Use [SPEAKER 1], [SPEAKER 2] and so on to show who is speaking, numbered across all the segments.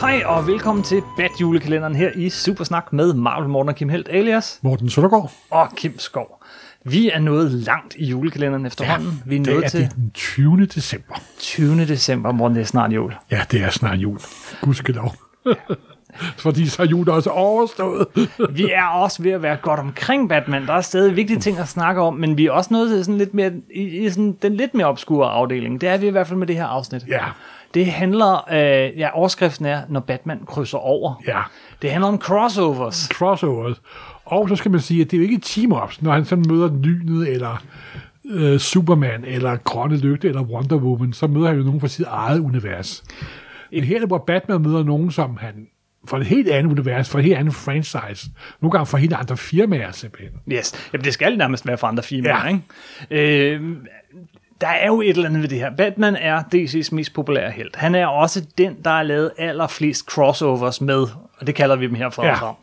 [SPEAKER 1] Hej og velkommen til Bat julekalenderen her i Supersnak med Marvel Morten og Kim Helt alias
[SPEAKER 2] Morten Søndergaard.
[SPEAKER 1] og Kim Skov. Vi er nået langt i julekalenderen efterhånden. Vi er
[SPEAKER 2] Det
[SPEAKER 1] nået
[SPEAKER 2] er
[SPEAKER 1] til
[SPEAKER 2] det den 20. december.
[SPEAKER 1] 20. december, morgen det er snart jul.
[SPEAKER 2] Ja, det er snart jul. Gudskelov. Fordi så er jul også overstået.
[SPEAKER 1] Vi er også ved at være godt omkring Batman. Der er stadig vigtige ting at snakke om, men vi er også nået til sådan lidt mere, i, i sådan den lidt mere obskure afdeling. Det er vi i hvert fald med det her afsnit.
[SPEAKER 2] Ja,
[SPEAKER 1] Det handler, øh, ja, overskriften er, når Batman krydser over.
[SPEAKER 2] ja.
[SPEAKER 1] Det handler om crossovers.
[SPEAKER 2] Crossovers. Og så skal man sige, at det er jo ikke team-ups, når han sådan møder lynet, eller øh, Superman, eller Grønne Lygte, eller Wonder Woman, så møder han jo nogen fra sit eget univers. Men her er det, hvor Batman møder nogen, som han fra et helt andet univers, fra et helt andet franchise, nogle gange fra helt andre firmaer simpelthen.
[SPEAKER 1] Yes. Jamen, det skal nærmest være fra andre firmaer,
[SPEAKER 2] Ja.
[SPEAKER 1] ikke? Øh, der er jo et eller andet ved det her. Batman er DC's mest populære held. Han er også den, der har lavet allerflest crossovers med, og det kalder vi dem herfra
[SPEAKER 2] Ja.
[SPEAKER 1] ja. frem,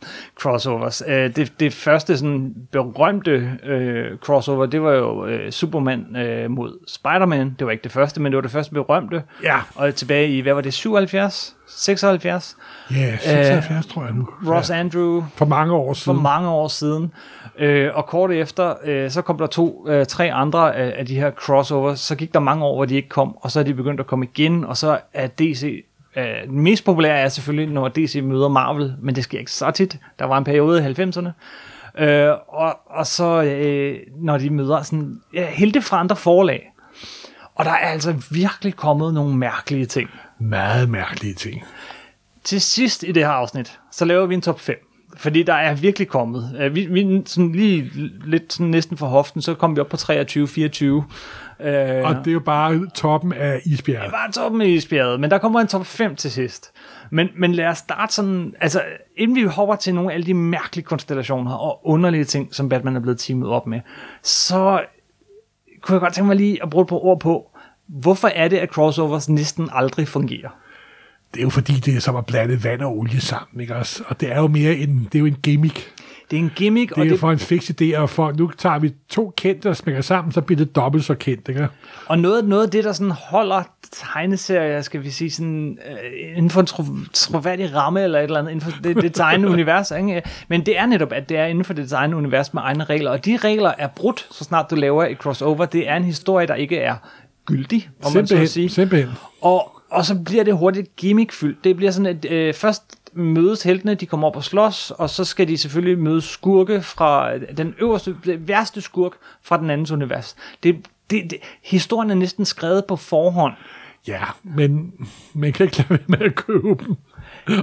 [SPEAKER 1] crossovers. Øh, det, det første sådan berømte øh, crossover, det var jo øh, Superman øh, mod Spider-Man. Det var ikke det første, men det var det første berømte.
[SPEAKER 2] Ja.
[SPEAKER 1] Og tilbage i, hvad var det, 77? 76?
[SPEAKER 2] Ja, 76 tror jeg nu.
[SPEAKER 1] Øh, Ross
[SPEAKER 2] ja.
[SPEAKER 1] ja. Andrew,
[SPEAKER 2] For mange år
[SPEAKER 1] for
[SPEAKER 2] siden.
[SPEAKER 1] mange år siden. Øh, og kort efter, øh, så kom der to, øh, tre andre af, af de her crossovers. Så gik der mange år, hvor de ikke kom, og så er de begyndt at komme igen. Og så er DC... Øh, den mest populære er selvfølgelig, når DC møder Marvel, men det sker ikke så tit. Der var en periode i 90'erne. Øh, og, og så øh, når de møder sådan, ja, helte fra andre forlag. Og der er altså virkelig kommet nogle mærkelige ting.
[SPEAKER 2] Meget mærkelige ting.
[SPEAKER 1] Til sidst i det her afsnit, så laver vi en top 5. Fordi der er virkelig kommet. Øh, Vi, vi sådan lige lidt sådan næsten for hoften, så kom vi op på 23-24. Øh,
[SPEAKER 2] Og
[SPEAKER 1] og
[SPEAKER 2] det er jo bare toppen af isbjerget.
[SPEAKER 1] var toppen i isbjerget, men der kommer en top 5 til sidst. Men, men lad os starte sådan, altså inden vi hopper til nogle af alle de mærkelige konstellationer og underlige ting, som Batman er blevet teamet op med, så kunne jeg godt tænke mig lige at bruge et par ord på, hvorfor er det, at crossovers næsten aldrig fungerer?
[SPEAKER 2] Det er jo fordi, det er som at blande vand og olie sammen, ikke også? Og det er jo mere en, det er jo en gimmick. Det
[SPEAKER 1] Det er en gimmick,
[SPEAKER 2] er
[SPEAKER 1] og
[SPEAKER 2] det...
[SPEAKER 1] det
[SPEAKER 2] for en fix idé, og for, nu tager vi to kendte og smækker sammen, så bliver det dobbelt så kendt, ikke?
[SPEAKER 1] Og noget, noget af det, der sådan holder tegneserier, skal vi sige, sådan, øh, inden for en tro, troværdig ramme eller et eller andet, inden for det, det tegnede univers. Ikke? Men det er netop, at det er inden for det tegnede univers med egne regler. Og de regler er brudt, så snart du laver et crossover. Det er en historie, der ikke er gyldig, om man så
[SPEAKER 2] Simpelthen,
[SPEAKER 1] at sige.
[SPEAKER 2] simpelthen.
[SPEAKER 1] Og, og så bliver det hurtigt gimmickfyldt. Det bliver sådan, at øh, først mødes heltene, de kommer op og slås, og så skal de selvfølgelig møde skurke fra øh, den øverste, den værste skurk fra den andens univers. Det, det, det, historien er næsten skrevet på forhånd.
[SPEAKER 2] Ja, men man kan ikke lade være med at købe dem.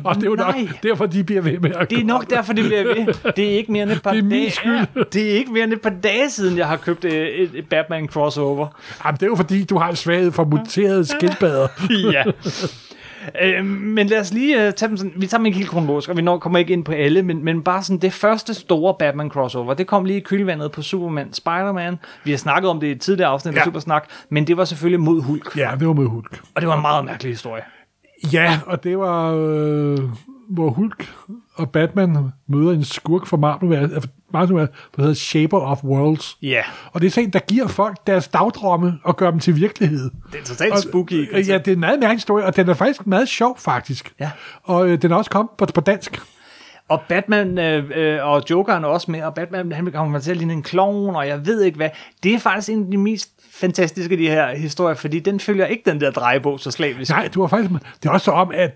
[SPEAKER 2] Og det er jo nok
[SPEAKER 1] Nej.
[SPEAKER 2] derfor, de bliver ved med at
[SPEAKER 1] Det er nok derfor, det bliver ved. Det er ikke mere end et par
[SPEAKER 2] Det er min
[SPEAKER 1] dage.
[SPEAKER 2] skyld.
[SPEAKER 1] Ja, Det er ikke mere end et par dage siden, jeg har købt øh, et, et Batman crossover.
[SPEAKER 2] Jamen, det er jo fordi, du har en svaghed for muterede skildpadder.
[SPEAKER 1] ja. Øh, men lad os lige øh, tage dem sådan, vi tager dem ikke helt kronologisk, og vi når, kommer ikke ind på alle, men, men bare sådan det første store Batman crossover, det kom lige i kølvandet på Superman Spider-Man. Vi har snakket om det i et tidligere afsnit ja. af
[SPEAKER 2] Ja.
[SPEAKER 1] Supersnak, men det var selvfølgelig mod Hulk,
[SPEAKER 2] Ja, det var med Hulk.
[SPEAKER 1] og det var en meget mærkelig historie.
[SPEAKER 2] Ja, og det var, øh, hvor Hulk og Batman møder en skurk fra Marvel, altså, Marvel der hedder Shaper of Worlds.
[SPEAKER 1] Ja, yeah.
[SPEAKER 2] Og det er sådan, en, der giver folk deres dagdrømme og gør dem til virkelighed.
[SPEAKER 1] det er totalt
[SPEAKER 2] Og-
[SPEAKER 1] spooky.
[SPEAKER 2] øh, Ja, det er en meget mærkelig historie, og den er faktisk meget sjov, faktisk.
[SPEAKER 1] Ja.
[SPEAKER 2] Og øh, den er også kommet på, på dansk.
[SPEAKER 1] Og Batman øh, øh, og Jokeren er også med, og Batman han kommer til at ligne en klovn, og jeg ved ikke hvad. Det er faktisk en af de mest fantastiske af de her historier, fordi den følger ikke den der drejebog så slavisk.
[SPEAKER 2] Nej, du var faktisk... Det er også om, at...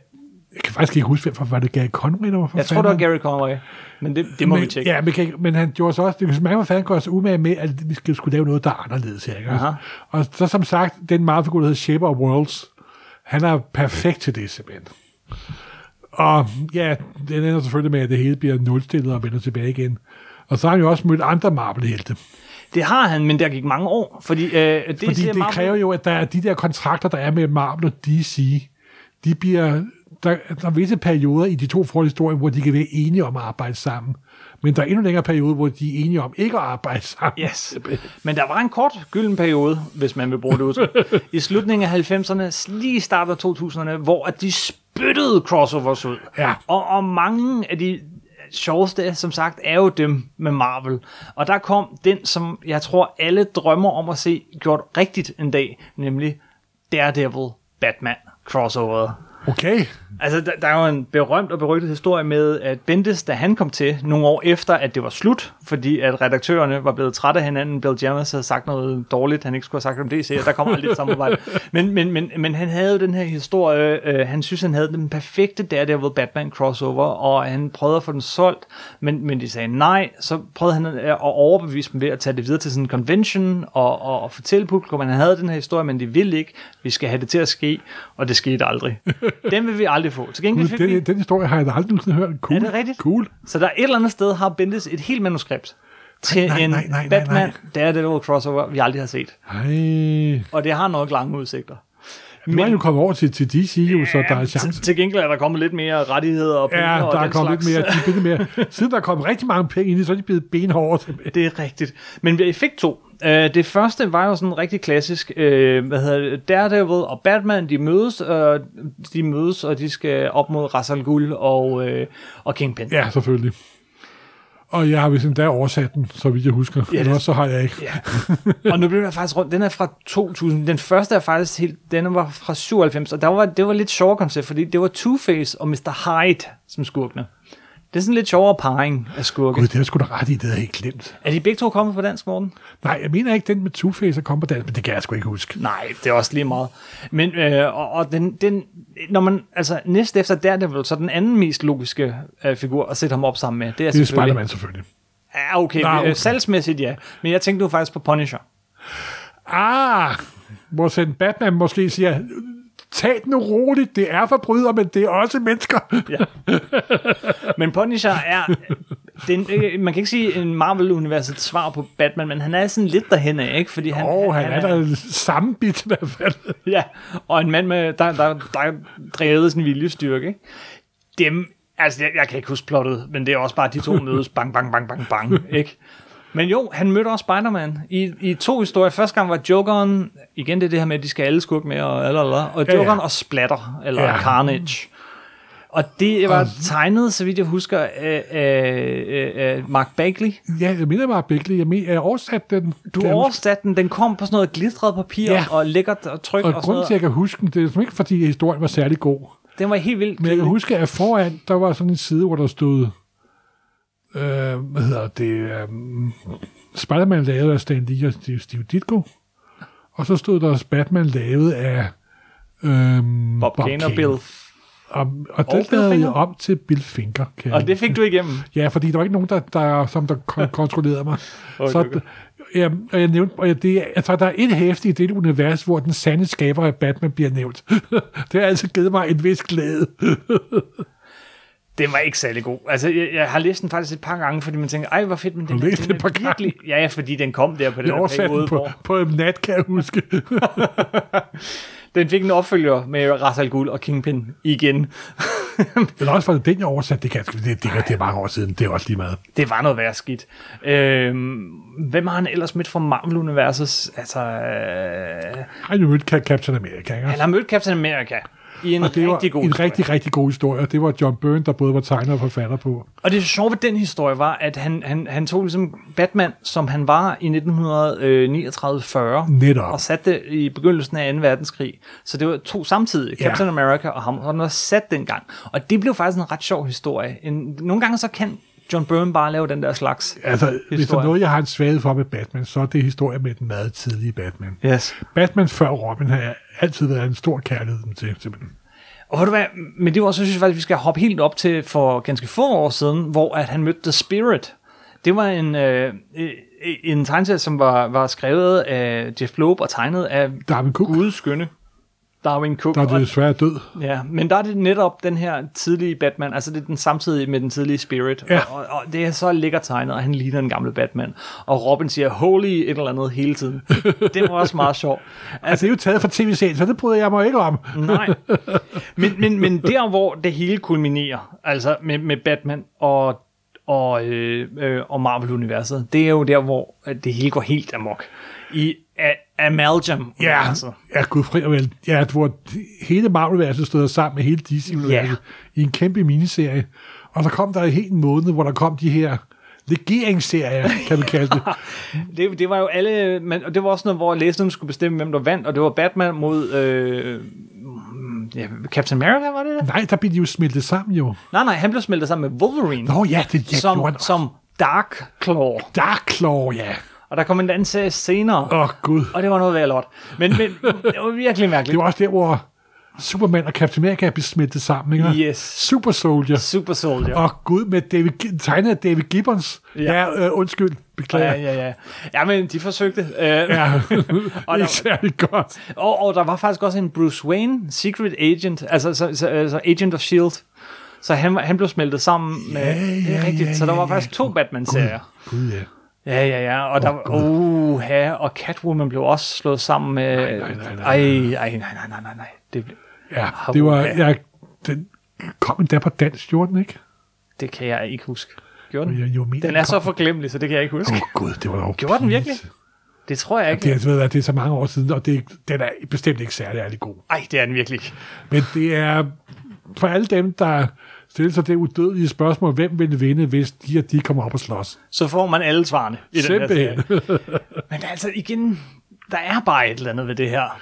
[SPEAKER 2] Jeg kan faktisk ikke huske, hvem- var det Gary Conway, der var
[SPEAKER 1] Jeg tror, det var Gary Conway, men det, det må
[SPEAKER 2] men,
[SPEAKER 1] vi tjekke.
[SPEAKER 2] Ja, men, kan, ikke- men han gjorde så også, det kan man fanden gøre sig umage med, at vi skal, skulle lave noget, der er anderledes her. Ikke?
[SPEAKER 1] Aha.
[SPEAKER 2] Og så som sagt, den Marvel-figur, der hedder Shaper of Worlds, han er perfekt til det, simpelthen. Og ja, den ender selvfølgelig med, at det hele bliver nulstillet og vender tilbage igen. Og så har han jo også mødt andre Marvel-helte.
[SPEAKER 1] Det har han, men der gik mange år, fordi øh, det,
[SPEAKER 2] Fordi
[SPEAKER 1] siger
[SPEAKER 2] det
[SPEAKER 1] Marvel-
[SPEAKER 2] kræver jo, at der er de der kontrakter, der er med Marvel og DC, de bliver, der, der er visse perioder i de to forhistorier, hvor de kan være enige om at arbejde sammen. Men der er endnu længere periode, hvor de er enige om ikke at arbejde sammen.
[SPEAKER 1] Yes. Men der var en kort gylden periode, hvis man vil bruge det udtryk, i slutningen af 90'erne, lige i starten af 2000'erne, hvor at de spyttede crossovers ud.
[SPEAKER 2] Ja.
[SPEAKER 1] Og, og mange af de sjoveste, som sagt, er jo dem med Marvel. Og der kom den, som jeg tror alle drømmer om at se gjort rigtigt en dag, nemlig Daredevil Batman crossoveret.
[SPEAKER 2] Okay.
[SPEAKER 1] Altså, der, der er jo en berømt og berygtet historie med, at Bendis, da han kom til, nogle år efter, at det var slut, fordi at redaktørerne var blevet trætte af hinanden, Bill Jammers havde sagt noget dårligt, han ikke skulle have sagt om DC, og der kom aldrig et samarbejde. Men, men, men, men han havde jo den her historie, øh, han synes, han havde den perfekte Daredevil Batman crossover, og han prøvede at få den solgt, men, men de sagde nej, så prøvede han øh, at at overbevise dem ved at tage det videre til sådan en convention, og, og, og fortælle publikum, at han havde den her historie, men de ville ikke, vi skal have det til at ske, og det skete aldrig. Den vil vi aldrig få. Til gengæld fik
[SPEAKER 2] Gud,
[SPEAKER 1] vi
[SPEAKER 2] den, den historie har jeg da aldrig nogensinde hørt. Cool.
[SPEAKER 1] Er det rigtigt?
[SPEAKER 2] Cool.
[SPEAKER 1] Så der er et eller andet sted, har Bendis et helt manuskript til
[SPEAKER 2] nej,
[SPEAKER 1] en
[SPEAKER 2] nej, nej, nej,
[SPEAKER 1] Batman,
[SPEAKER 2] nej.
[SPEAKER 1] Daredevil crossover, vi aldrig har set.
[SPEAKER 2] Ej.
[SPEAKER 1] Og det har nok lange udsigter.
[SPEAKER 2] Nu er jo kommet over til, til DC, jo, så der er
[SPEAKER 1] til,
[SPEAKER 2] chance.
[SPEAKER 1] til gengæld er der kommet lidt mere rettigheder og
[SPEAKER 2] Ja,
[SPEAKER 1] penge og
[SPEAKER 2] der er
[SPEAKER 1] den
[SPEAKER 2] kommet
[SPEAKER 1] slags.
[SPEAKER 2] lidt mere, de er blevet lidt mere. Siden der er kommet rigtig mange penge ind i, så er de blevet benhårdt.
[SPEAKER 1] Det er rigtigt. Men vi fik to. Øh, Det første var jo sådan rigtig klassisk, øh, hvad hedder det, Daredevil og Batman, de mødes, øh, de mødes, og de skal op mod Ra's al Ghul og, øh, og Kingpin.
[SPEAKER 2] Ja, selvfølgelig. Og jeg har vist endda oversat den, så vidt jeg husker.
[SPEAKER 1] Ja,
[SPEAKER 2] Ja,
[SPEAKER 1] det-
[SPEAKER 2] Ellers så har jeg ikke.
[SPEAKER 1] og nu blev der faktisk rundt. Den er fra 2000. Den første er faktisk helt, den var fra 97, og der var, det var lidt sjovere koncept, fordi det var Two-Face og Mr. Hyde som skurkene. Det er sådan lidt sjovere parring af skurke.
[SPEAKER 2] Gud, det er sgu da ret i, det havde jeg helt glemt.
[SPEAKER 1] Er de begge to kommet på dansk, Morten?
[SPEAKER 2] Nej, jeg mener ikke den med Two-Face, der kom på dansk, men det kan jeg sgu ikke huske.
[SPEAKER 1] Nej, det er også lige meget. Men, øh, og, og den, den, når man, altså næste efter der, det er vel så den anden mest logiske øh, figur at sætte ham op sammen med. Det er,
[SPEAKER 2] Det er
[SPEAKER 1] selvfølgelig-
[SPEAKER 2] Spider-Man selvfølgelig.
[SPEAKER 1] Ja, okay.
[SPEAKER 2] Nå,
[SPEAKER 1] Nå, okay.
[SPEAKER 2] okay.
[SPEAKER 1] Øh, salgsmæssigt, ja. Men jeg tænkte nu faktisk på Punisher.
[SPEAKER 2] Ah, hvor sådan Batman måske siger, tag den nu roligt, det er forbryder, men det er også mennesker.
[SPEAKER 1] Ja. Men Punisher er... Den, øh, man kan ikke sige en Marvel-universets svar på Batman, men han er sådan lidt derhen af, ikke? Fordi han,
[SPEAKER 2] Åh, oh, han, han er da samme bit i hvert fald.
[SPEAKER 1] Ja, og en mand, med, der, der, der er drevet sin viljestyrke. ikke? Dem, altså jeg, jeg kan ikke huske plottet, men det er også bare, at de to mødes bang, bang, bang, bang, bang, ikke? Men jo, han mødte også Spider-Man i, i to historier. Første gang var Jokeren, igen det er det her med, at de skal alle skurke med, og, lalala, og
[SPEAKER 2] Ja, ja.
[SPEAKER 1] Jokeren og Splatter, eller
[SPEAKER 2] Ja.
[SPEAKER 1] Carnage. Og det var tegnet, så vidt jeg husker, af, af, af, af Mark Bagley.
[SPEAKER 2] Ja, jeg mener bare Bigley, jeg, mener, jeg oversatte den.
[SPEAKER 1] Du
[SPEAKER 2] Kan jeg huske?
[SPEAKER 1] oversatte den, den kom på sådan noget glitret papir,
[SPEAKER 2] Ja.
[SPEAKER 1] og lækkert og tryk og,
[SPEAKER 2] Og
[SPEAKER 1] sådan
[SPEAKER 2] grunden til, at
[SPEAKER 1] noget.
[SPEAKER 2] jeg kan huske den, det er som ikke, fordi historien var særlig god.
[SPEAKER 1] Den var helt vildt.
[SPEAKER 2] Men jeg kan
[SPEAKER 1] kedelig.
[SPEAKER 2] huske, at foran, der var sådan en side, hvor der stod, øh, hvad hedder det, øh, Spider-Man lavet af Stan Lee og Steve, Steve Ditko. Og så stod der Batman lavet af øh,
[SPEAKER 1] Bob, Bob Kane og Bill
[SPEAKER 2] Og, og
[SPEAKER 1] Bill
[SPEAKER 2] det lavede
[SPEAKER 1] Finger.
[SPEAKER 2] jeg om til Bill Finger. Kan
[SPEAKER 1] Og
[SPEAKER 2] jeg-
[SPEAKER 1] det fik du igennem.
[SPEAKER 2] Ja, fordi der var ikke nogen, der, der som der kon- kontrollerede mig.
[SPEAKER 1] Okay,
[SPEAKER 2] okay, så,
[SPEAKER 1] okay.
[SPEAKER 2] okay. Ja, og jeg nævnte, og jeg, det, er- altså, der er et hæfte i det univers, hvor den sande skaber af Batman bliver nævnt. det har altså givet mig en vis glæde.
[SPEAKER 1] Den var ikke særlig god. Altså, jeg, jeg har læst den faktisk et par gange, fordi man tænker, ej, hvor fedt, men den,
[SPEAKER 2] Har du læst
[SPEAKER 1] den
[SPEAKER 2] den
[SPEAKER 1] er
[SPEAKER 2] et par gange?
[SPEAKER 1] virkelig... Ja, ja, fordi den kom der på den
[SPEAKER 2] Jeg
[SPEAKER 1] her
[SPEAKER 2] oversatte
[SPEAKER 1] periode,
[SPEAKER 2] den på,
[SPEAKER 1] hvor
[SPEAKER 2] på en nat, kan jeg huske.
[SPEAKER 1] den fik en opfølger med Ra's al Ghul og Kingpin igen.
[SPEAKER 2] Eller også var det den, jeg oversatte. Det, kan, jeg sgu- det, det, det, det er mange år siden. Det er også lige meget.
[SPEAKER 1] det var noget værd skidt. Øhm, hvem har han ellers mødt fra Marvel-universet? Altså, øh,
[SPEAKER 2] Har I nu mødt Ca- Captain America? Ikke?
[SPEAKER 1] han har mødt Captain America i en
[SPEAKER 2] Og det var
[SPEAKER 1] rigtig god
[SPEAKER 2] en
[SPEAKER 1] historie.
[SPEAKER 2] rigtig, rigtig god historie. og Det var John Byrne, der både var tegner og forfatter på.
[SPEAKER 1] Og det sjove ved den historie var, at han, han, han tog ligesom Batman, som han var i 1939-40,
[SPEAKER 2] Netop.
[SPEAKER 1] og satte det i begyndelsen af 2. verdenskrig. Så det var to samtidig,
[SPEAKER 2] Ja.
[SPEAKER 1] Captain America og ham, og den var sat dengang. Og det blev faktisk en ret sjov historie. En, nogle gange så kan John Byrne bare lave den der slags.
[SPEAKER 2] Altså, hvis der er
[SPEAKER 1] Historie.
[SPEAKER 2] noget, jeg har en svaghed for med Batman, så er det historie med den meget tidlige Batman.
[SPEAKER 1] Yes.
[SPEAKER 2] Batman før Robin har jeg altid været en stor kærlighed til. simpelthen.
[SPEAKER 1] Og ved du hvad, med det var så synes jeg faktisk, vi skal hoppe helt op til for ganske få år siden, hvor at han mødte The Spirit. Det var en, øh, øh, en tegneserie, som var, var skrevet af Jeff Loeb og tegnet af
[SPEAKER 2] Darwin Cook,
[SPEAKER 1] gudskønne Darwin Cook.
[SPEAKER 2] der er
[SPEAKER 1] Og-
[SPEAKER 2] desværre død.
[SPEAKER 1] Ja, men der er det netop den her tidlige Batman, altså det er den samtidig med den tidlige Spirit,
[SPEAKER 2] Ja.
[SPEAKER 1] og, og, og det er så lækkert tegnet, og han ligner den gamle Batman, og Robin siger holy et eller andet hele tiden. Det var også meget sjovt. Øh,
[SPEAKER 2] Altså, det er jo taget fra tv-serien, så det bryder jeg mig ikke om.
[SPEAKER 1] Nej. Men, men, men der, hvor det hele kulminerer, altså med, med Batman og, og, øh, øh, og Marvel-universet, det er jo der, hvor at det hele går helt amok. I a- Amalgam.
[SPEAKER 2] Ja,
[SPEAKER 1] altså.
[SPEAKER 2] ja, gud fri og vel. Ja, hvor hele Marvel-universet stod sammen med hele
[SPEAKER 1] Ja.
[SPEAKER 2] DC-universet i en kæmpe miniserie. Og så kom der en hel måned, hvor der kom de her legeringsserier, kan vi kalde det.
[SPEAKER 1] Det, det var jo alle, men, og det var også noget, hvor læserne skulle bestemme, hvem der vandt, og det var Batman mod øh, ja, Captain America, var det det?
[SPEAKER 2] Nej, der blev de jo smeltet sammen jo.
[SPEAKER 1] Nej, nej, han blev smeltet sammen med Wolverine,
[SPEAKER 2] Nå ja, det ja, gjorde
[SPEAKER 1] som,
[SPEAKER 2] han.
[SPEAKER 1] som Dark Claw.
[SPEAKER 2] Dark Claw, ja.
[SPEAKER 1] Og der kom en anden serie senere,
[SPEAKER 2] Åh, oh, Gud.
[SPEAKER 1] og det var noget værd lort. Men, men det var virkelig
[SPEAKER 2] Det
[SPEAKER 1] mærkeligt.
[SPEAKER 2] var også der, hvor Superman og Captain America blev smeltet sammen, ikke?
[SPEAKER 1] Yes.
[SPEAKER 2] Super Soldier.
[SPEAKER 1] Super Soldier.
[SPEAKER 2] Åh, oh, Gud, med David, Gi- tegnet af David Gibbons. Ja, ja øh, undskyld. Beklager.
[SPEAKER 1] Ja, ja, ja. Ja, men de forsøgte. Øh,
[SPEAKER 2] Ja,
[SPEAKER 1] Og der-
[SPEAKER 2] ikke særlig godt.
[SPEAKER 1] Og, og der var faktisk også en Bruce Wayne, Secret Agent, altså så, så, altså Agent of S.H.I.E.L.D., så han, var- han blev smeltet sammen med...
[SPEAKER 2] Ja,
[SPEAKER 1] det er
[SPEAKER 2] ja,
[SPEAKER 1] rigtigt,
[SPEAKER 2] ja,
[SPEAKER 1] så der
[SPEAKER 2] ja,
[SPEAKER 1] var
[SPEAKER 2] ja.
[SPEAKER 1] faktisk to Batman-serier.
[SPEAKER 2] Gud, ja.
[SPEAKER 1] Ja, ja, ja, og der var... Oh, ja, og Catwoman blev også slået sammen med...
[SPEAKER 2] nej, nej, nej.
[SPEAKER 1] Ej, ej, nej, nej, nej, nej, nej. Det, blev-
[SPEAKER 2] Ja,
[SPEAKER 1] Har
[SPEAKER 2] det
[SPEAKER 1] du-
[SPEAKER 2] var...
[SPEAKER 1] ja.
[SPEAKER 2] Ja, den kom endda på dansk, gjorde den ikke?
[SPEAKER 1] det kan jeg ikke huske. Gjorde
[SPEAKER 2] Jo,
[SPEAKER 1] den?
[SPEAKER 2] jo, men
[SPEAKER 1] Den er
[SPEAKER 2] kom-
[SPEAKER 1] så forglemmelig, så det kan jeg ikke huske.
[SPEAKER 2] Åh, oh, Gud, det var dog...
[SPEAKER 1] Gjorde den virkelig?
[SPEAKER 2] pinligt.
[SPEAKER 1] Det tror jeg ikke.
[SPEAKER 2] Det, jeg ved, at det er så mange år siden, og det, den er bestemt ikke særlig, særlig god.
[SPEAKER 1] Ej, det er den virkelig. ikke.
[SPEAKER 2] Men det er for alle dem, der stiller sig det udødelige spørgsmål, hvem vil vinde, hvis de og de kommer op og slås?
[SPEAKER 1] Så får man alle svarene i den her
[SPEAKER 2] Simpelthen.
[SPEAKER 1] serie. Men altså, igen, der er bare et eller andet ved det her.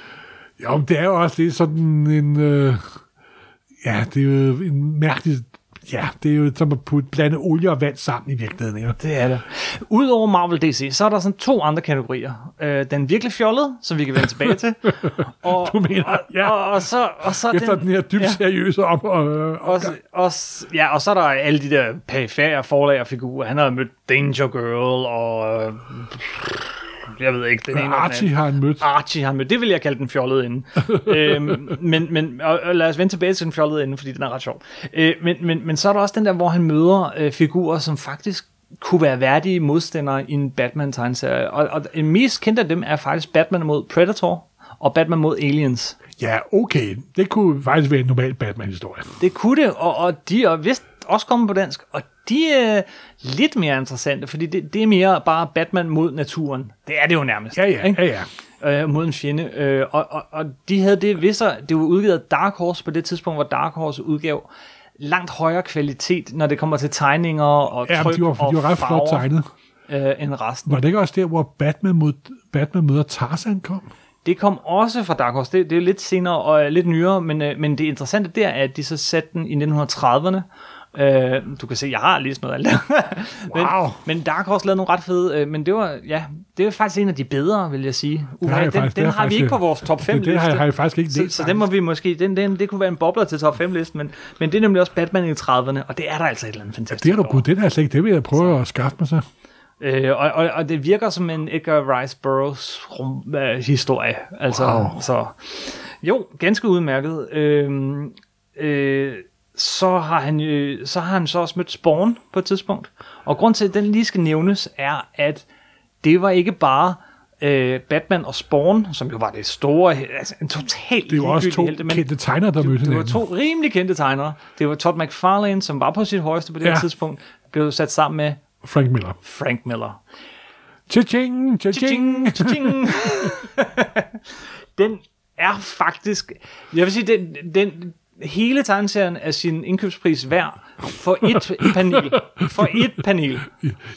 [SPEAKER 2] Jo, men det er jo også lidt sådan en... Øh, ja, det er jo en mærkelig... Ja, det er jo som at putte, blande olie og vand sammen i virkeligheden. Ikke?
[SPEAKER 1] Det er det. Udover Marvel DC, så er der sådan to andre kategorier. Øh, den virkelig fjollede, som vi kan vende tilbage til. Og,
[SPEAKER 2] Du mener,
[SPEAKER 1] og,
[SPEAKER 2] ja.
[SPEAKER 1] og, og, så, og så
[SPEAKER 2] Efter den, her dybt
[SPEAKER 1] ja.
[SPEAKER 2] seriøse op og... Øh, og
[SPEAKER 1] Også, også, ja, og så er der alle de der perifære forlag og figurer. Han har mødt Danger Girl og... øh, Jeg ved ikke, den ene og den anden.
[SPEAKER 2] Archie har han mødt.
[SPEAKER 1] Archie har han mødt. Det vil jeg kalde den fjollede ende. øhm, men, men og, og lad os vende tilbage til den fjollede ende, fordi den er ret sjov. Øh, men, men, men så er der også den der, hvor han møder øh, figurer, som faktisk kunne være værdige modstandere i en Batman-tegnserie. Og, og den mest kendte af dem er faktisk Batman mod Predator og Batman mod Aliens.
[SPEAKER 2] Ja, okay. Det kunne faktisk være en normal Batman-historie.
[SPEAKER 1] Det kunne det, og, og de er vist også kommet på dansk, og de er lidt mere interessante, fordi det, det er mere bare Batman mod naturen. Det er det jo nærmest.
[SPEAKER 2] Ja, ja,
[SPEAKER 1] ikke?
[SPEAKER 2] ja, ja.
[SPEAKER 1] øh, mod en fjende. Øh, og, og, og de havde det ved sig, det var udgivet af Dark Horse på det tidspunkt, hvor Dark Horse udgav langt højere kvalitet, når det kommer til tegninger og
[SPEAKER 2] ja
[SPEAKER 1] tryk
[SPEAKER 2] de, var,
[SPEAKER 1] og
[SPEAKER 2] de var ret flot
[SPEAKER 1] farver,
[SPEAKER 2] tegnet.
[SPEAKER 1] Øh, end resten.
[SPEAKER 2] Var det ikke også der, hvor Batman, mod, Batman møder Tarzan kom?
[SPEAKER 1] Det kom også fra Dark Horse, det, det er lidt senere og øh, lidt nyere, men, øh, men det interessante der er, at de så satte den i 1930'erne. Øh, du kan se, jeg har lige sådan noget alt det.
[SPEAKER 2] Wow.
[SPEAKER 1] men, men Dark Horse lavede nogle ret fede, øh, men det var, ja, det er faktisk en af de bedre, vil jeg sige. Uha,
[SPEAKER 2] har jeg
[SPEAKER 1] den,
[SPEAKER 2] faktisk- det
[SPEAKER 1] den
[SPEAKER 2] har
[SPEAKER 1] har
[SPEAKER 2] jeg
[SPEAKER 1] vi
[SPEAKER 2] faktisk-
[SPEAKER 1] ikke på vores top 5
[SPEAKER 2] det, det har jeg, har jeg faktisk ikke
[SPEAKER 1] Så,
[SPEAKER 2] læst.
[SPEAKER 1] så den må vi måske, den, den, det kunne være en bobler til top 5 listen, men, men det er nemlig også Batman i 30'erne, og det er der altså et eller andet fantastisk
[SPEAKER 2] det har du
[SPEAKER 1] over.
[SPEAKER 2] gud, den har jeg slet ikke. Det vil jeg prøve at skaffe mig så.
[SPEAKER 1] Øh, og, og, og det virker som en Edgar Rice Burroughs rum, øh, historie. Altså,
[SPEAKER 2] Wow.
[SPEAKER 1] så, jo, ganske udmærket. Øh, øh, så har, han, øh, så har han så også mødt Spawn på et tidspunkt. Og grund til, at den lige skal nævnes, er, at det var ikke bare øh, Batman og Spawn, som jo var det store, altså en total
[SPEAKER 2] Det var også to
[SPEAKER 1] helte, men
[SPEAKER 2] kendte tegnere, der mødte
[SPEAKER 1] det var
[SPEAKER 2] hinanden.
[SPEAKER 1] to rimelig kendte tegnere. Det var Todd McFarlane, som var på sit højeste på det
[SPEAKER 2] Ja.
[SPEAKER 1] her tidspunkt, blev sat sammen med
[SPEAKER 2] Frank Miller.
[SPEAKER 1] Frank Miller.
[SPEAKER 2] Cha-ching, cha-ching.
[SPEAKER 1] Ching, ching. den er faktisk... Jeg vil sige, den, den hele tegneserien er sin indkøbspris værd for et panel. For et panel.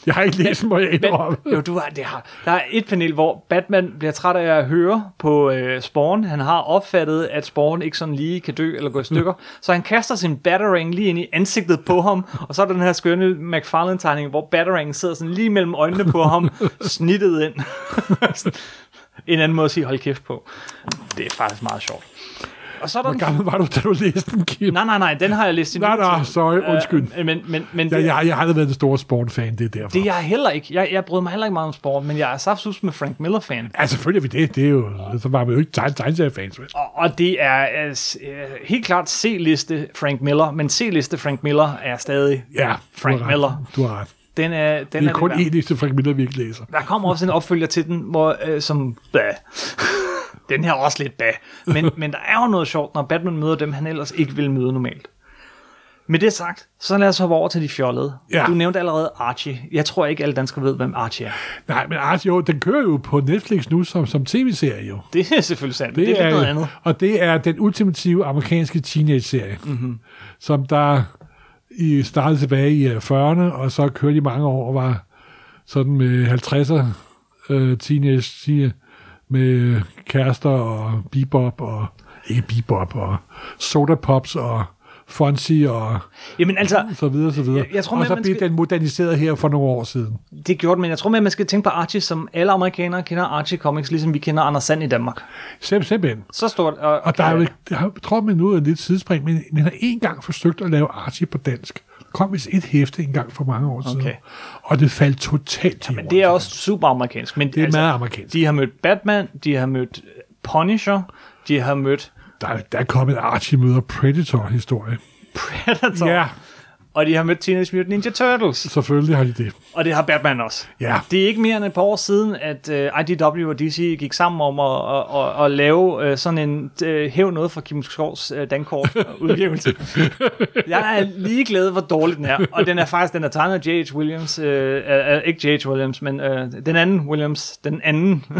[SPEAKER 2] Jeg har ikke læst mig jeg
[SPEAKER 1] Men,
[SPEAKER 2] indrømme.
[SPEAKER 1] jo, du har, det har, der er et panel, hvor Batman bliver træt af at høre på øh, Spawn. Han har opfattet, at Spawn ikke sådan lige kan dø eller gå i stykker.
[SPEAKER 2] Mm.
[SPEAKER 1] Så han kaster sin battering lige ind i ansigtet på ham. Og så er der den her skønne McFarlane-tegning, hvor batteringen sidder sådan lige mellem øjnene på ham, snittet ind. en anden måde at sige hold kæft på. Det er faktisk meget sjovt. Og så er der
[SPEAKER 2] Hvor
[SPEAKER 1] den,
[SPEAKER 2] gammel var du, da du læste den, Kim?
[SPEAKER 1] Nej, nej, nej, den har jeg læst i
[SPEAKER 2] Nej,
[SPEAKER 1] min
[SPEAKER 2] nej,
[SPEAKER 1] tid.
[SPEAKER 2] sorry, undskyld.
[SPEAKER 1] Øh, men, men, men
[SPEAKER 2] Jeg,
[SPEAKER 1] det-
[SPEAKER 2] jeg, jeg har aldrig været den store sportfan, det er derfor.
[SPEAKER 1] det er jeg heller ikke. Jeg, jeg bryder mig heller ikke meget om sport, men jeg er saftsus med Frank Miller-fan.
[SPEAKER 2] Ja, selvfølgelig er vi det. Det er jo, så var vi jo ikke tegn, tegnseriefans. vel?
[SPEAKER 1] Og, og det er altså, øh, helt klart C-liste Frank Miller, men C-liste Frank Miller er stadig.
[SPEAKER 2] Ja,
[SPEAKER 1] Frank
[SPEAKER 2] du har ret.
[SPEAKER 1] Miller.
[SPEAKER 2] Du har ret.
[SPEAKER 1] Den er, den
[SPEAKER 2] Det
[SPEAKER 1] er
[SPEAKER 2] er kun
[SPEAKER 1] værd.
[SPEAKER 2] én liste Frank Miller, vi ikke læser.
[SPEAKER 1] Der kommer også en opfølger til den, hvor, øh, som... Bah. Den her er også lidt bag. Men, men der er jo noget sjovt, når Batman møder dem, han ellers ikke ville møde normalt. Med det sagt, så lad os hoppe over til de fjollede.
[SPEAKER 2] Ja.
[SPEAKER 1] Du nævnte allerede Archie. Jeg tror ikke, alle danskere ved, hvem Archie er.
[SPEAKER 2] Nej, men Ars, jo, den kører jo på Netflix nu som, som tv-serie jo.
[SPEAKER 1] Det er selvfølgelig sandt. Det, det er, er noget andet.
[SPEAKER 2] Og det er den ultimative amerikanske teenage-serie, mm-hmm.
[SPEAKER 1] Mhm.
[SPEAKER 2] som der i startede tilbage i øh, 40'erne, og så kørte i mange år og var sådan øh, med 50'er øh, teenage med kærester og øh, bebop og ikke Bebop og Soda Pops og Fonzie og
[SPEAKER 1] Jamen altså,
[SPEAKER 2] så videre, så videre.
[SPEAKER 1] Jeg- jeg tror,
[SPEAKER 2] og
[SPEAKER 1] man-
[SPEAKER 2] så
[SPEAKER 1] man
[SPEAKER 2] blev
[SPEAKER 1] skal-
[SPEAKER 2] den moderniseret her for nogle år siden.
[SPEAKER 1] det gjorde det, men jeg tror mere, man skal tænke på Archie, som alle amerikanere kender Archie Comics, ligesom vi kender Anders Sand i Danmark.
[SPEAKER 2] Sim, simpelthen.
[SPEAKER 1] Så stort. Og,
[SPEAKER 2] Og der er jo, ikke- jeg har- tror, man nu er lidt sidespring, men man har en gang forsøgt at lave Archie på dansk. Der kom vist et hæfte en gang for mange år siden.
[SPEAKER 1] Okay.
[SPEAKER 2] Og det faldt totalt til
[SPEAKER 1] Men det er også super amerikansk. Men altså,
[SPEAKER 2] Det er meget amerikansk.
[SPEAKER 1] De har mødt Batman, de har mødt øh, Punisher, de har mødt
[SPEAKER 2] Der, der kom en Archie møder Predator-historie.
[SPEAKER 1] Predator,
[SPEAKER 2] Ja,
[SPEAKER 1] og de har mødt Teenage Mutant Ninja Turtles,
[SPEAKER 2] selvfølgelig har de det.
[SPEAKER 1] og det har Batman også.
[SPEAKER 2] Ja.
[SPEAKER 1] Det er ikke mere end et par år siden, at øh, IDW og DC gik sammen om at, at, at, at lave øh, sådan en øh, hæv noget fra Kim Skovs øh, Dankort udgivelse. Jeg er ligeglad, hvor dårlig den er. Og den er faktisk, den er tegnet af J.H. Williams, øh, øh, ikke J.H. Williams, men øh, den anden Williams, den anden,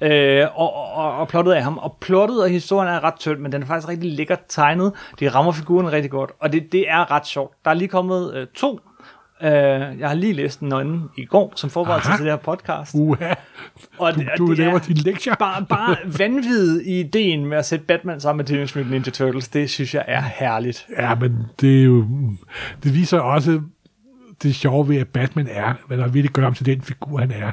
[SPEAKER 1] øh, og, og, og plottet af ham. Og plottet og historien er ret tynd, men den er faktisk rigtig lækkert tegnet. De rammer figuren rigtig godt, og det, det er ret sjovt. Der er lige kommet øh, to Øh, jeg har lige læst den anden i går, som forberedelse
[SPEAKER 2] Aha.
[SPEAKER 1] til det her podcast.
[SPEAKER 2] Uha,
[SPEAKER 1] Og
[SPEAKER 2] du,
[SPEAKER 1] det- og
[SPEAKER 2] du
[SPEAKER 1] det
[SPEAKER 2] laver
[SPEAKER 1] er
[SPEAKER 2] din lektier.
[SPEAKER 1] bare, bare vanvid i ideen med at sætte Batman sammen med Teenage Mutant Ninja Turtles. Det synes jeg er herligt.
[SPEAKER 2] Ja, men det er jo... Det viser også det sjove ved, at Batman er, hvad der virkelig gør ham til den figur, han er.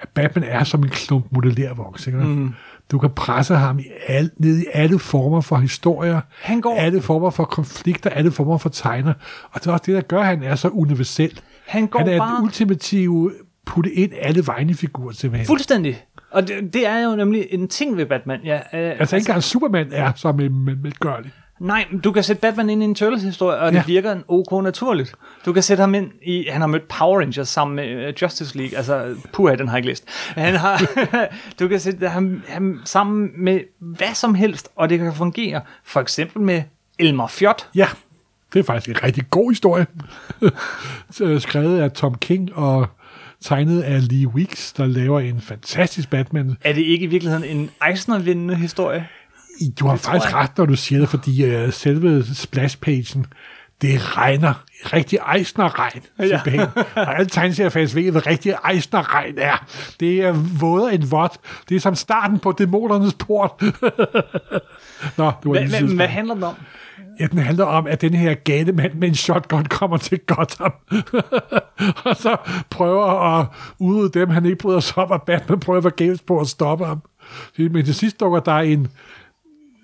[SPEAKER 2] At Batman er som en klump modellervoks, ikke?
[SPEAKER 1] Mhm.
[SPEAKER 2] Mm. Du kan presse ham i al, ned i alle former for historier,
[SPEAKER 1] Han går-
[SPEAKER 2] alle former for konflikter, alle former for tegner. Og det er også det, der gør, at han er så universel.
[SPEAKER 1] Han går
[SPEAKER 2] han er
[SPEAKER 1] bare-
[SPEAKER 2] den ultimative putte ind alle vegne figur simpelthen.
[SPEAKER 1] Fuldstændig. Og det, det er jo nemlig en ting ved Batman. Ja, øh,
[SPEAKER 2] Altså ikke engang Superman er så med, med, medgørlig.
[SPEAKER 1] Nej, men du kan sætte Batman ind i en Turtles-historie, og ja.
[SPEAKER 2] Ja.
[SPEAKER 1] det virker en ok naturligt. Du kan sætte ham ind i... Han har mødt Power Rangers sammen med øh, Justice League. Altså, puha, den har jeg ikke læst. Han har, du kan sætte ham, ham sammen med hvad som helst, og det kan fungere. For eksempel med Elmer Fjot.
[SPEAKER 2] Ja, det er faktisk en rigtig god historie. Så Skrevet af Tom King og tegnet af Lee Weeks, der laver en fantastisk Batman.
[SPEAKER 1] Er det ikke i virkeligheden en Eisner-vindende historie?
[SPEAKER 2] I- Du har faktisk
[SPEAKER 1] jeg.
[SPEAKER 2] ret, når du siger det, fordi uh, selve splashpagen, det regner. Rigtig Eisner-regn.
[SPEAKER 1] Ja.
[SPEAKER 2] Ja. Og alle tegneseriefans ved, hvad rigtig Eisner-regn er. Det er vådere end vådt. Det er som starten på dæmonernes port. Nå, det var
[SPEAKER 1] Hvad,
[SPEAKER 2] lige
[SPEAKER 1] hvad,
[SPEAKER 2] sidespring.
[SPEAKER 1] hvad handler det om?
[SPEAKER 2] Ja, den handler om, at den her gale mand med en shotgun kommer til Gotham. og så prøver at udrydde dem, han ikke bryder sig om, og Batman prøver forgæves på at stoppe ham. Men til sidst dukker der en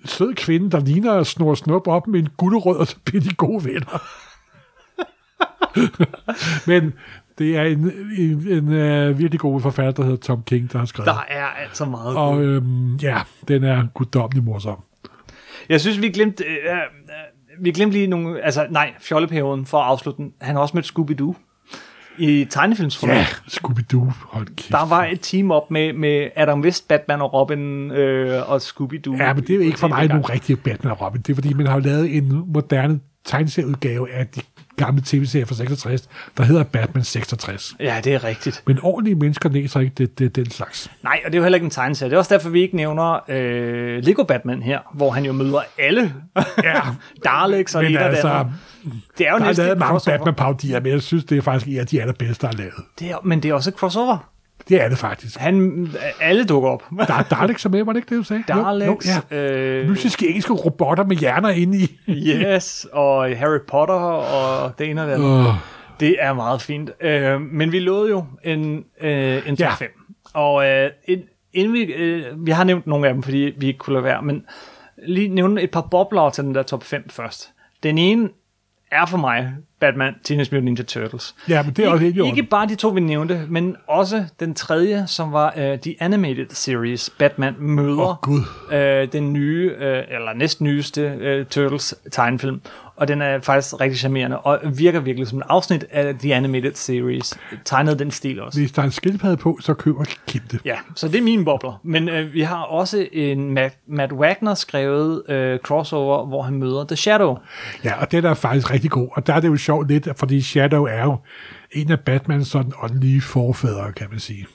[SPEAKER 2] sød kvinde, der ligner at snor snup op med en gulderød, og så bliver de gode venner. Men det er en, en, en uh, virkelig god forfatter, der hedder Tom King, der har skrevet.
[SPEAKER 1] Der er altså meget. Og,
[SPEAKER 2] Og øhm, ja, den er guddommelig morsom.
[SPEAKER 1] jeg synes, vi glemte... Øh, øh, vi glemte lige nogle... Altså, nej, fjolleperioden for at afslutte den. Han har også mødt Scooby-Doo i tegnefilmsformat.
[SPEAKER 2] Ja, Scooby-Doo, hold kæft.
[SPEAKER 1] Der var et team op med, med Adam West, Batman og Robin øh, og Scooby-Doo.
[SPEAKER 2] Ja, men det er jo ikke for mig
[SPEAKER 1] nu.
[SPEAKER 2] nogen rigtige Batman og Robin. Det er fordi, man har jo lavet en moderne tegneserieudgave af de gamle tv-serier fra 66, der hedder Batman 66.
[SPEAKER 1] Ja, det er rigtigt.
[SPEAKER 2] Men ordentlige mennesker læser ikke det, det, den slags.
[SPEAKER 1] Nej, og det er jo heller ikke en tegneserie. Det er også derfor, vi ikke nævner øh, Lego Batman her, hvor han jo møder alle.
[SPEAKER 2] Ja,
[SPEAKER 1] Daleks og
[SPEAKER 2] men
[SPEAKER 1] det altså,
[SPEAKER 2] altså,
[SPEAKER 1] der. Det er jo
[SPEAKER 2] der er
[SPEAKER 1] næsten
[SPEAKER 2] lavet
[SPEAKER 1] et
[SPEAKER 2] mange
[SPEAKER 1] crossover.
[SPEAKER 2] Batman-parodier, men jeg synes, det er faktisk en af de allerbedste, der er lavet.
[SPEAKER 1] Det er, men det er også et crossover.
[SPEAKER 2] Det er det faktisk.
[SPEAKER 1] Han, alle dukker op.
[SPEAKER 2] Der er Daleks med, var det ikke det, du sagde? Jo,
[SPEAKER 1] Daleks,
[SPEAKER 2] jo,
[SPEAKER 1] øh,
[SPEAKER 2] Mystiske engelske robotter med hjerner inde i.
[SPEAKER 1] Yes, og Harry Potter og det ene og det andet.
[SPEAKER 2] Uh,
[SPEAKER 1] Det er meget fint. Øh, men vi lovede jo en, øh, en top
[SPEAKER 2] Ja.
[SPEAKER 1] 5. Og øh, ind- inden vi, øh, vi har nævnt nogle af dem, fordi vi ikke kunne lade være, men lige nævne et par bobler til den der top 5 først. Den ene er for mig Batman, Teenage Mutant Ninja Turtles.
[SPEAKER 2] ja, men det er også helt i
[SPEAKER 1] ikke,
[SPEAKER 2] orden.
[SPEAKER 1] ikke bare de to, vi nævnte, men også den tredje, som var uh, The Animated Series, Batman møder
[SPEAKER 2] Åh, Gud.
[SPEAKER 1] øh, den nye, øh, eller næst nyeste øh, Turtles tegnefilm, og den er faktisk rigtig charmerende, og virker virkelig som et afsnit af The Animated Series, tegnet den stil også.
[SPEAKER 2] Hvis der er en skildpadde på, så køber Kim det.
[SPEAKER 1] Ja, så det er mine bobler. Men øh, vi har også en Matt, Matt Wagner skrevet øh, crossover, hvor han møder The Shadow.
[SPEAKER 2] Ja, og den er faktisk rigtig god. Og der er det jo sjovt lidt, fordi Shadow er jo en af Batmans sådan åndelige forfædre, kan man sige.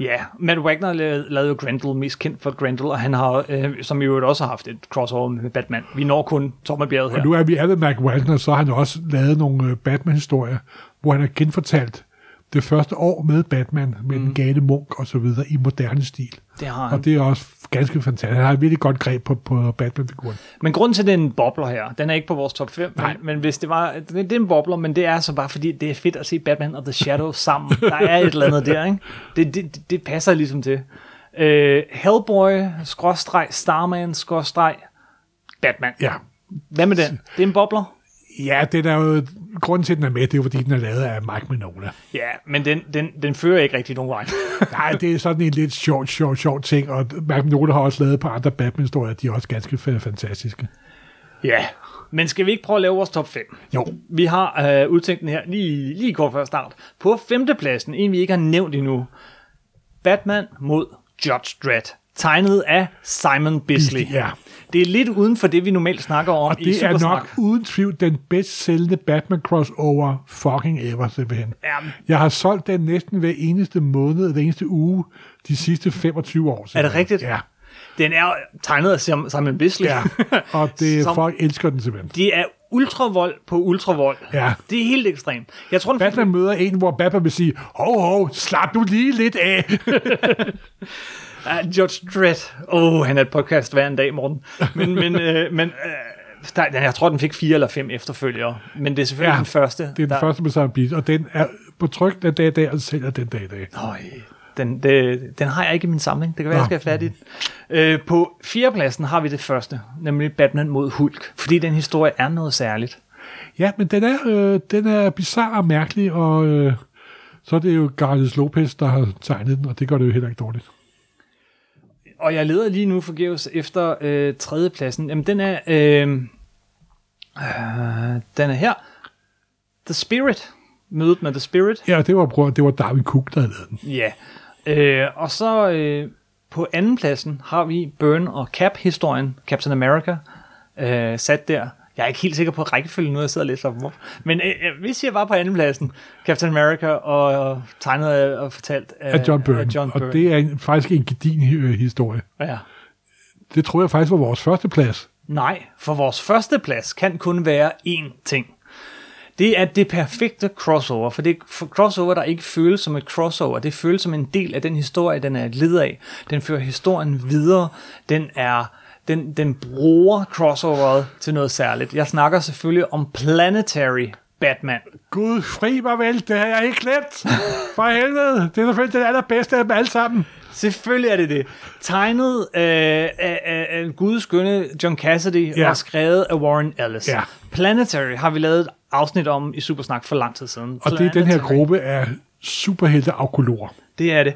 [SPEAKER 1] Ja, Matt Wagner lavede, lavede jo Grendel, mest kendt for Grendel, og han har, øh, som i øvrigt også har haft et crossover med Batman. Vi når kun Tom og Bjerget her.
[SPEAKER 2] Og nu er vi alle Mark Wagner, så har han også lavet nogle øh, Batman-historier, hvor han har genfortalt det første år med Batman, med mm. den gale munk og så videre i moderne stil.
[SPEAKER 1] Det har han.
[SPEAKER 2] Og det er også ganske fantastisk. Han har et virkelig godt greb på, på Batman-figuren.
[SPEAKER 1] Men grunden til, at det er en bobler her, den er ikke på vores top 5, men,
[SPEAKER 2] Nej.
[SPEAKER 1] men hvis det var, det, det er en bobler, men det er så bare fordi, det er fedt at se Batman og The Shadow sammen. Der er et eller andet der, ikke? Det, det, det- det passer ligesom til. Øh, Hellboy, skråstreg, Starman, skråstreg, Batman.
[SPEAKER 2] Ja.
[SPEAKER 1] Hvad med den? Det er en bobler?
[SPEAKER 2] Ja, det er jo, grunden til, at den er med, det er jo, fordi den er lavet af Mike Minola.
[SPEAKER 1] Ja, men den, den, den fører ikke rigtig nogen vej.
[SPEAKER 2] Nej, det er sådan en lidt sjov, sjov, sjov ting, og Mike Minola har også lavet et par andre Batman-historier, de er også ganske fa- fantastiske.
[SPEAKER 1] ja. Men skal vi ikke prøve at lave vores top 5?
[SPEAKER 2] Jo,
[SPEAKER 1] Vi har øh, udtænkt den her lige, lige kort før start. På femtepladsen, en vi ikke har nævnt endnu. Batman mod Judge Dredd. Tegnet af Simon Bisley.
[SPEAKER 2] Bisley, ja.
[SPEAKER 1] Det er lidt uden for det, vi normalt snakker om
[SPEAKER 2] og
[SPEAKER 1] i
[SPEAKER 2] det er
[SPEAKER 1] Supersnak.
[SPEAKER 2] nok uden tvivl den bedst sælgende Batman-crossover fucking ever, simpelthen.
[SPEAKER 1] Jamen.
[SPEAKER 2] Jeg har solgt den næsten hver eneste måned, hver eneste uge, de sidste 25 år.
[SPEAKER 1] Er det
[SPEAKER 2] simpelthen.
[SPEAKER 1] rigtigt?
[SPEAKER 2] Ja.
[SPEAKER 1] Den er tegnet af Sim- Simon Bisley.
[SPEAKER 2] Ja, og det,
[SPEAKER 1] Som-
[SPEAKER 2] folk elsker den simpelthen.
[SPEAKER 1] det er ultravold på ultravold.
[SPEAKER 2] Ja.
[SPEAKER 1] Det er helt ekstremt. Jeg tror, den fik-
[SPEAKER 2] Batman møder en, hvor Batman vil sige, hov, hov, slap nu lige lidt af.
[SPEAKER 1] Ah, Judge Dredd. Åh, oh, han er et podcast hver en dag, Morten. Men, men, øh, men øh, der, jeg tror, den fik fire eller fem efterfølgere. Men det er selvfølgelig ja,
[SPEAKER 2] Ja,
[SPEAKER 1] den første.
[SPEAKER 2] Det er den
[SPEAKER 1] der,
[SPEAKER 2] første med Simon Beast, og den er på tryk den dag i dag, og sælger den dag i dag.
[SPEAKER 1] Øj, den, det, den har jeg ikke i min samling. Det kan være, jeg
[SPEAKER 2] Nå.
[SPEAKER 1] skal have fat i den. Øh, på fjerdepladsen har vi det første, nemlig Batman mod Hulk. Fordi den historie er noget særligt.
[SPEAKER 2] Ja, men den er, øh, den er bizarre og mærkelig, og øh, så er det jo Gareth Lopez, der har tegnet den, og det gør det jo heller ikke dårligt.
[SPEAKER 1] Og jeg leder lige nu forgæves efter øh, tredjepladsen. Jamen, den er... Øh, øh, den er her. The Spirit. Mødet med The Spirit.
[SPEAKER 2] Ja, det var, bror, det var Darwin Cook, der havde lavet den.
[SPEAKER 1] Ja, øh, og så øh, på andenpladsen har vi Burn og Cap-historien, Captain America, øh, sat der. Jeg er ikke helt sikker på rækkefølgen nu, jeg sidder lidt op. Men øh, øh, vi siger bare på andenpladsen, Captain America og, og tegnet af- og fortalt
[SPEAKER 2] Af John Byrne,
[SPEAKER 1] Af John Byrne.
[SPEAKER 2] og det er en, faktisk en gedin øh, historie.
[SPEAKER 1] ja.
[SPEAKER 2] Det tror jeg faktisk var vores første plads.
[SPEAKER 1] Nej, for vores første plads kan kun være én ting. Det er det perfekte crossover, for det er for crossover, der ikke føles som et crossover. Det føles som en del af den historie, den er led af. Den fører historien videre. Den er den, den bruger crossoveret til noget særligt. Jeg snakker selvfølgelig om Planetary Batman.
[SPEAKER 2] Gud, fri mig vel, det har jeg ikke glemt. For helvede, det er selvfølgelig den allerbedste af dem alle sammen.
[SPEAKER 1] Selvfølgelig er det det. Tegnet øh, af, af, af gudskønne John Cassidy ja.
[SPEAKER 2] Ja.
[SPEAKER 1] og skrevet af Warren Ellis.
[SPEAKER 2] Ja.
[SPEAKER 1] Planetary har vi lavet et afsnit om i Supersnak for lang tid siden.
[SPEAKER 2] Og det er den her
[SPEAKER 1] Planetary.
[SPEAKER 2] gruppe af superhelte alkoholer.
[SPEAKER 1] Det er det.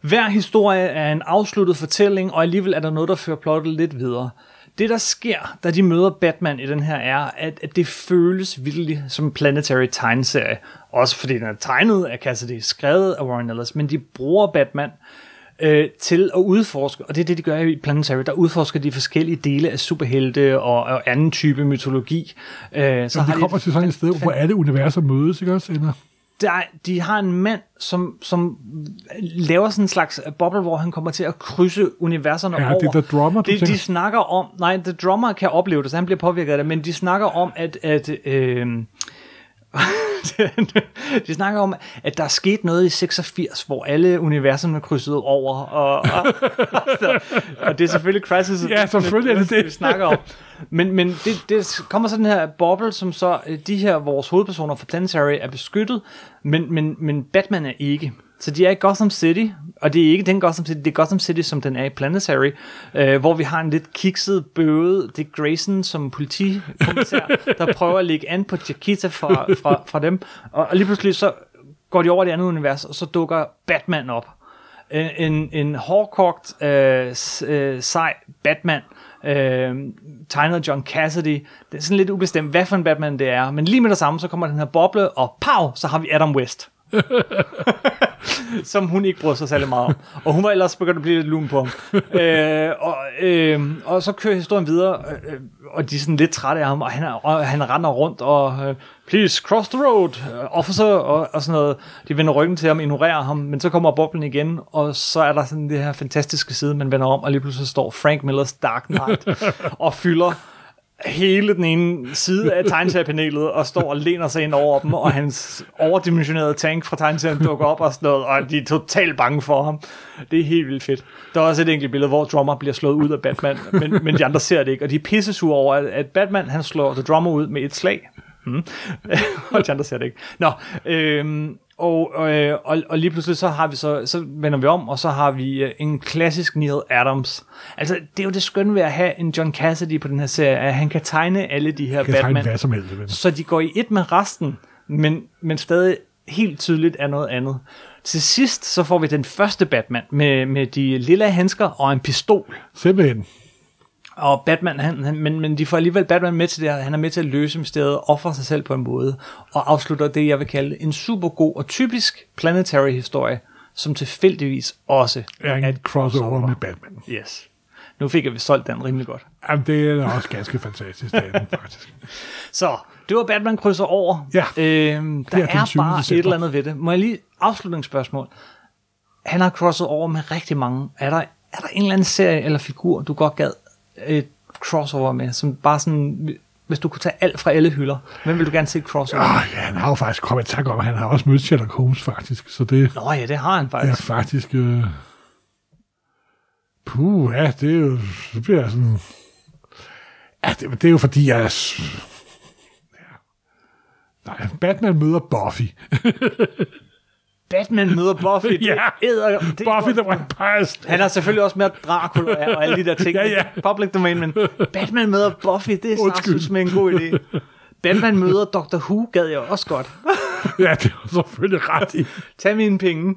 [SPEAKER 1] Hver historie er en afsluttet fortælling, og alligevel er der noget, der fører plottet lidt videre. Det, der sker, da de møder Batman i den her, er, at, at det føles vildt som en planetary tegneserie. Også fordi den er tegnet af Cassidy, skrevet af Warren Ellis, men de bruger Batman øh, til at udforske, og det er det, de gør i Planetary. Der udforsker de forskellige dele af superhelte og, og anden type mytologi. Øh, så
[SPEAKER 2] Så
[SPEAKER 1] har
[SPEAKER 2] vi
[SPEAKER 1] de-
[SPEAKER 2] kommer til sådan et sted, hvor alle universer mødes, ikke også? Eller?
[SPEAKER 1] der, de har en mand, som, som laver sådan en slags boble, hvor han kommer til at krydse universerne
[SPEAKER 2] Ja,
[SPEAKER 1] over.
[SPEAKER 2] det er The Drummer, du
[SPEAKER 1] de, de
[SPEAKER 2] tænker.
[SPEAKER 1] snakker om, nej, The Drummer kan opleve det, så han bliver påvirket af det, men de snakker om, at, at øh, de snakker om, at der er sket noget i 86, hvor alle universerne er krydset over, og, og, og, og det er selvfølgelig Crisis.
[SPEAKER 2] Ja, selvfølgelig er det det.
[SPEAKER 1] Vi snakker om. Men, men det, det kommer så den her boble, som så øh, de her, vores hovedpersoner fra Planetary er beskyttet, men, men, men Batman er ikke. Så de er i Gotham City, og det er ikke den Gotham City, det er Gotham City, som den er i Planetary, øh, hvor vi har en lidt kikset, bøvet Dick Grayson som politikommissær, der prøver at lægge an på Chiquita fra, fra, fra dem, og, og lige pludselig så går de over i det andet univers, og så dukker Batman op. En, en, en hårdkogt, øh, s- øh, sej Batman, øh, tegnet af John Cassidy. Det er sådan lidt ubestemt, hvad for en Batman det er. Men lige med det samme, så kommer den her boble, og pow, så har vi Adam West. Som hun ikke bryder sig særlig meget om. Og hun var ellers begyndt at blive lidt lun på ham. Øh, og, øh, og så kører historien videre, øh, øh, og de er sådan lidt trætte af ham, og han, er, og han render rundt og... Øh, Please cross the road, øh, officer, og, og sådan noget. De vender ryggen til ham, ignorerer ham, men så kommer boblen igen, og så er der sådan det her fantastiske side, man vender om, og lige pludselig står Frank Millers Dark Knight og fylder hele den ene side af tegneseriepanelet og står og læner sig ind over dem, og hans overdimensionerede tank fra tegneserien dukker op og sådan noget, og de er totalt bange for ham. Det er helt vildt fedt. Der er også et enkelt billede, hvor Drummer bliver slået ud af Batman, men, men de andre ser det ikke, og de er pissesure over, at- at Batman han slår The Drummer ud med et slag. Mm. og de andre ser det ikke. Nå, øhm, og, øh, og, og lige pludselig så har vi så, så vender vi om, og så har vi øh, en klassisk Neil Adams. Altså, det er jo det skønne ved at have en John Cassidy på den her serie, at han kan tegne alle de her
[SPEAKER 2] kan tegne
[SPEAKER 1] Batman,
[SPEAKER 2] hvad som helst. Men.
[SPEAKER 1] så de går i et med resten, men, men stadig helt tydeligt er noget andet. Til sidst så får vi den første Batman med, med de lilla handsker og en pistol.
[SPEAKER 2] Simpelthen.
[SPEAKER 1] Og Batman, han, han, men, men de får alligevel Batman med til det her. Han er med til at løse mysteriet, offer sig selv på en måde, og afslutter det, jeg vil kalde en super god og typisk planetary historie, som tilfældigvis også
[SPEAKER 2] Er en
[SPEAKER 1] et
[SPEAKER 2] crossover med Batman.
[SPEAKER 1] Yes. Nu fik jeg vi solgt den rimelig godt.
[SPEAKER 2] Jamen, det er også ganske fantastisk, det er den, faktisk.
[SPEAKER 1] Så, det var Batman krydser over.
[SPEAKER 2] Ja.
[SPEAKER 1] Øhm, der
[SPEAKER 2] Det er
[SPEAKER 1] er,
[SPEAKER 2] den 20.
[SPEAKER 1] bare
[SPEAKER 2] december.
[SPEAKER 1] et eller andet ved det. Må jeg lige afslutningsspørgsmål? Han har crosset over med rigtig mange. Er der, er der en eller anden serie eller figur, du godt gad et crossover med? Som bare sådan, hvis du kunne tage alt fra alle hylder, hvem vil du gerne se et crossover? Ja.
[SPEAKER 2] Åh, ja, han har jo faktisk kommet i tanke om, at han har også mødt Sherlock Holmes, faktisk. Så det
[SPEAKER 1] Nå ja, det har han
[SPEAKER 2] er
[SPEAKER 1] faktisk.
[SPEAKER 2] faktisk... Øh... Puh, ja, det er jo... Det bliver sådan... Ja, det, det er jo fordi, jeg... er s- Ja. Nej, Batman møder Buffy.
[SPEAKER 1] Batman møder Buffy. Det
[SPEAKER 2] Ja.
[SPEAKER 1] æder, det er
[SPEAKER 2] Buffy,
[SPEAKER 1] godt.
[SPEAKER 2] der var en past.
[SPEAKER 1] Han har selvfølgelig også mere Dracula og alle de der ting.
[SPEAKER 2] Ja, ja.
[SPEAKER 1] Det er Public domain, men Batman møder Buffy, det er
[SPEAKER 2] Undskyld.
[SPEAKER 1] sagsøs med en god idé. Batman møder Dr. Who gad jeg også godt.
[SPEAKER 2] Ja, det var selvfølgelig ret i.
[SPEAKER 1] Tag mine penge.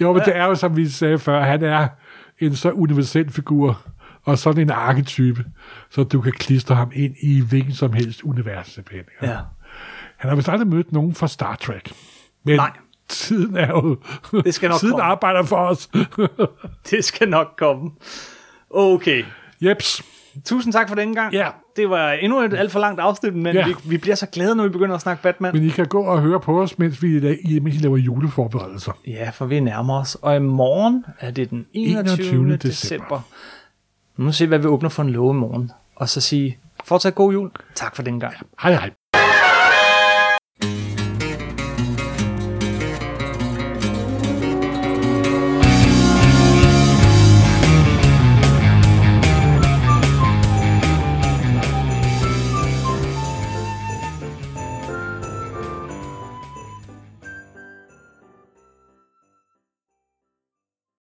[SPEAKER 2] Jo, men det er jo, som vi sagde før, han er en så universel figur, og sådan en arketype, så du kan klistre ham ind i hvilken som helst univers. simpelthen, ikke?
[SPEAKER 1] Ja.
[SPEAKER 2] Han har vist aldrig mødt nogen fra Star Trek. Men
[SPEAKER 1] Nej.
[SPEAKER 2] tiden er jo...
[SPEAKER 1] Det skal nok
[SPEAKER 2] tiden
[SPEAKER 1] komme.
[SPEAKER 2] arbejder for os.
[SPEAKER 1] Det skal nok komme. Okay.
[SPEAKER 2] Jeps.
[SPEAKER 1] Tusind tak for denne gang.
[SPEAKER 2] Ja.
[SPEAKER 1] Det var endnu et alt for langt afsnit, men
[SPEAKER 2] Ja.
[SPEAKER 1] vi, vi bliver så glade, når vi begynder at snakke Batman.
[SPEAKER 2] Men I kan gå og høre på os, mens vi, la- mens I laver juleforberedelser.
[SPEAKER 1] Ja, for vi nærmer os. Og i morgen er det den 21.
[SPEAKER 2] 21.
[SPEAKER 1] 21.
[SPEAKER 2] december.
[SPEAKER 1] december. Nu må vi se, hvad vi åbner for en lov i morgen. Og så sige, fortsat god jul. Tak for den gang.
[SPEAKER 2] Hej hej.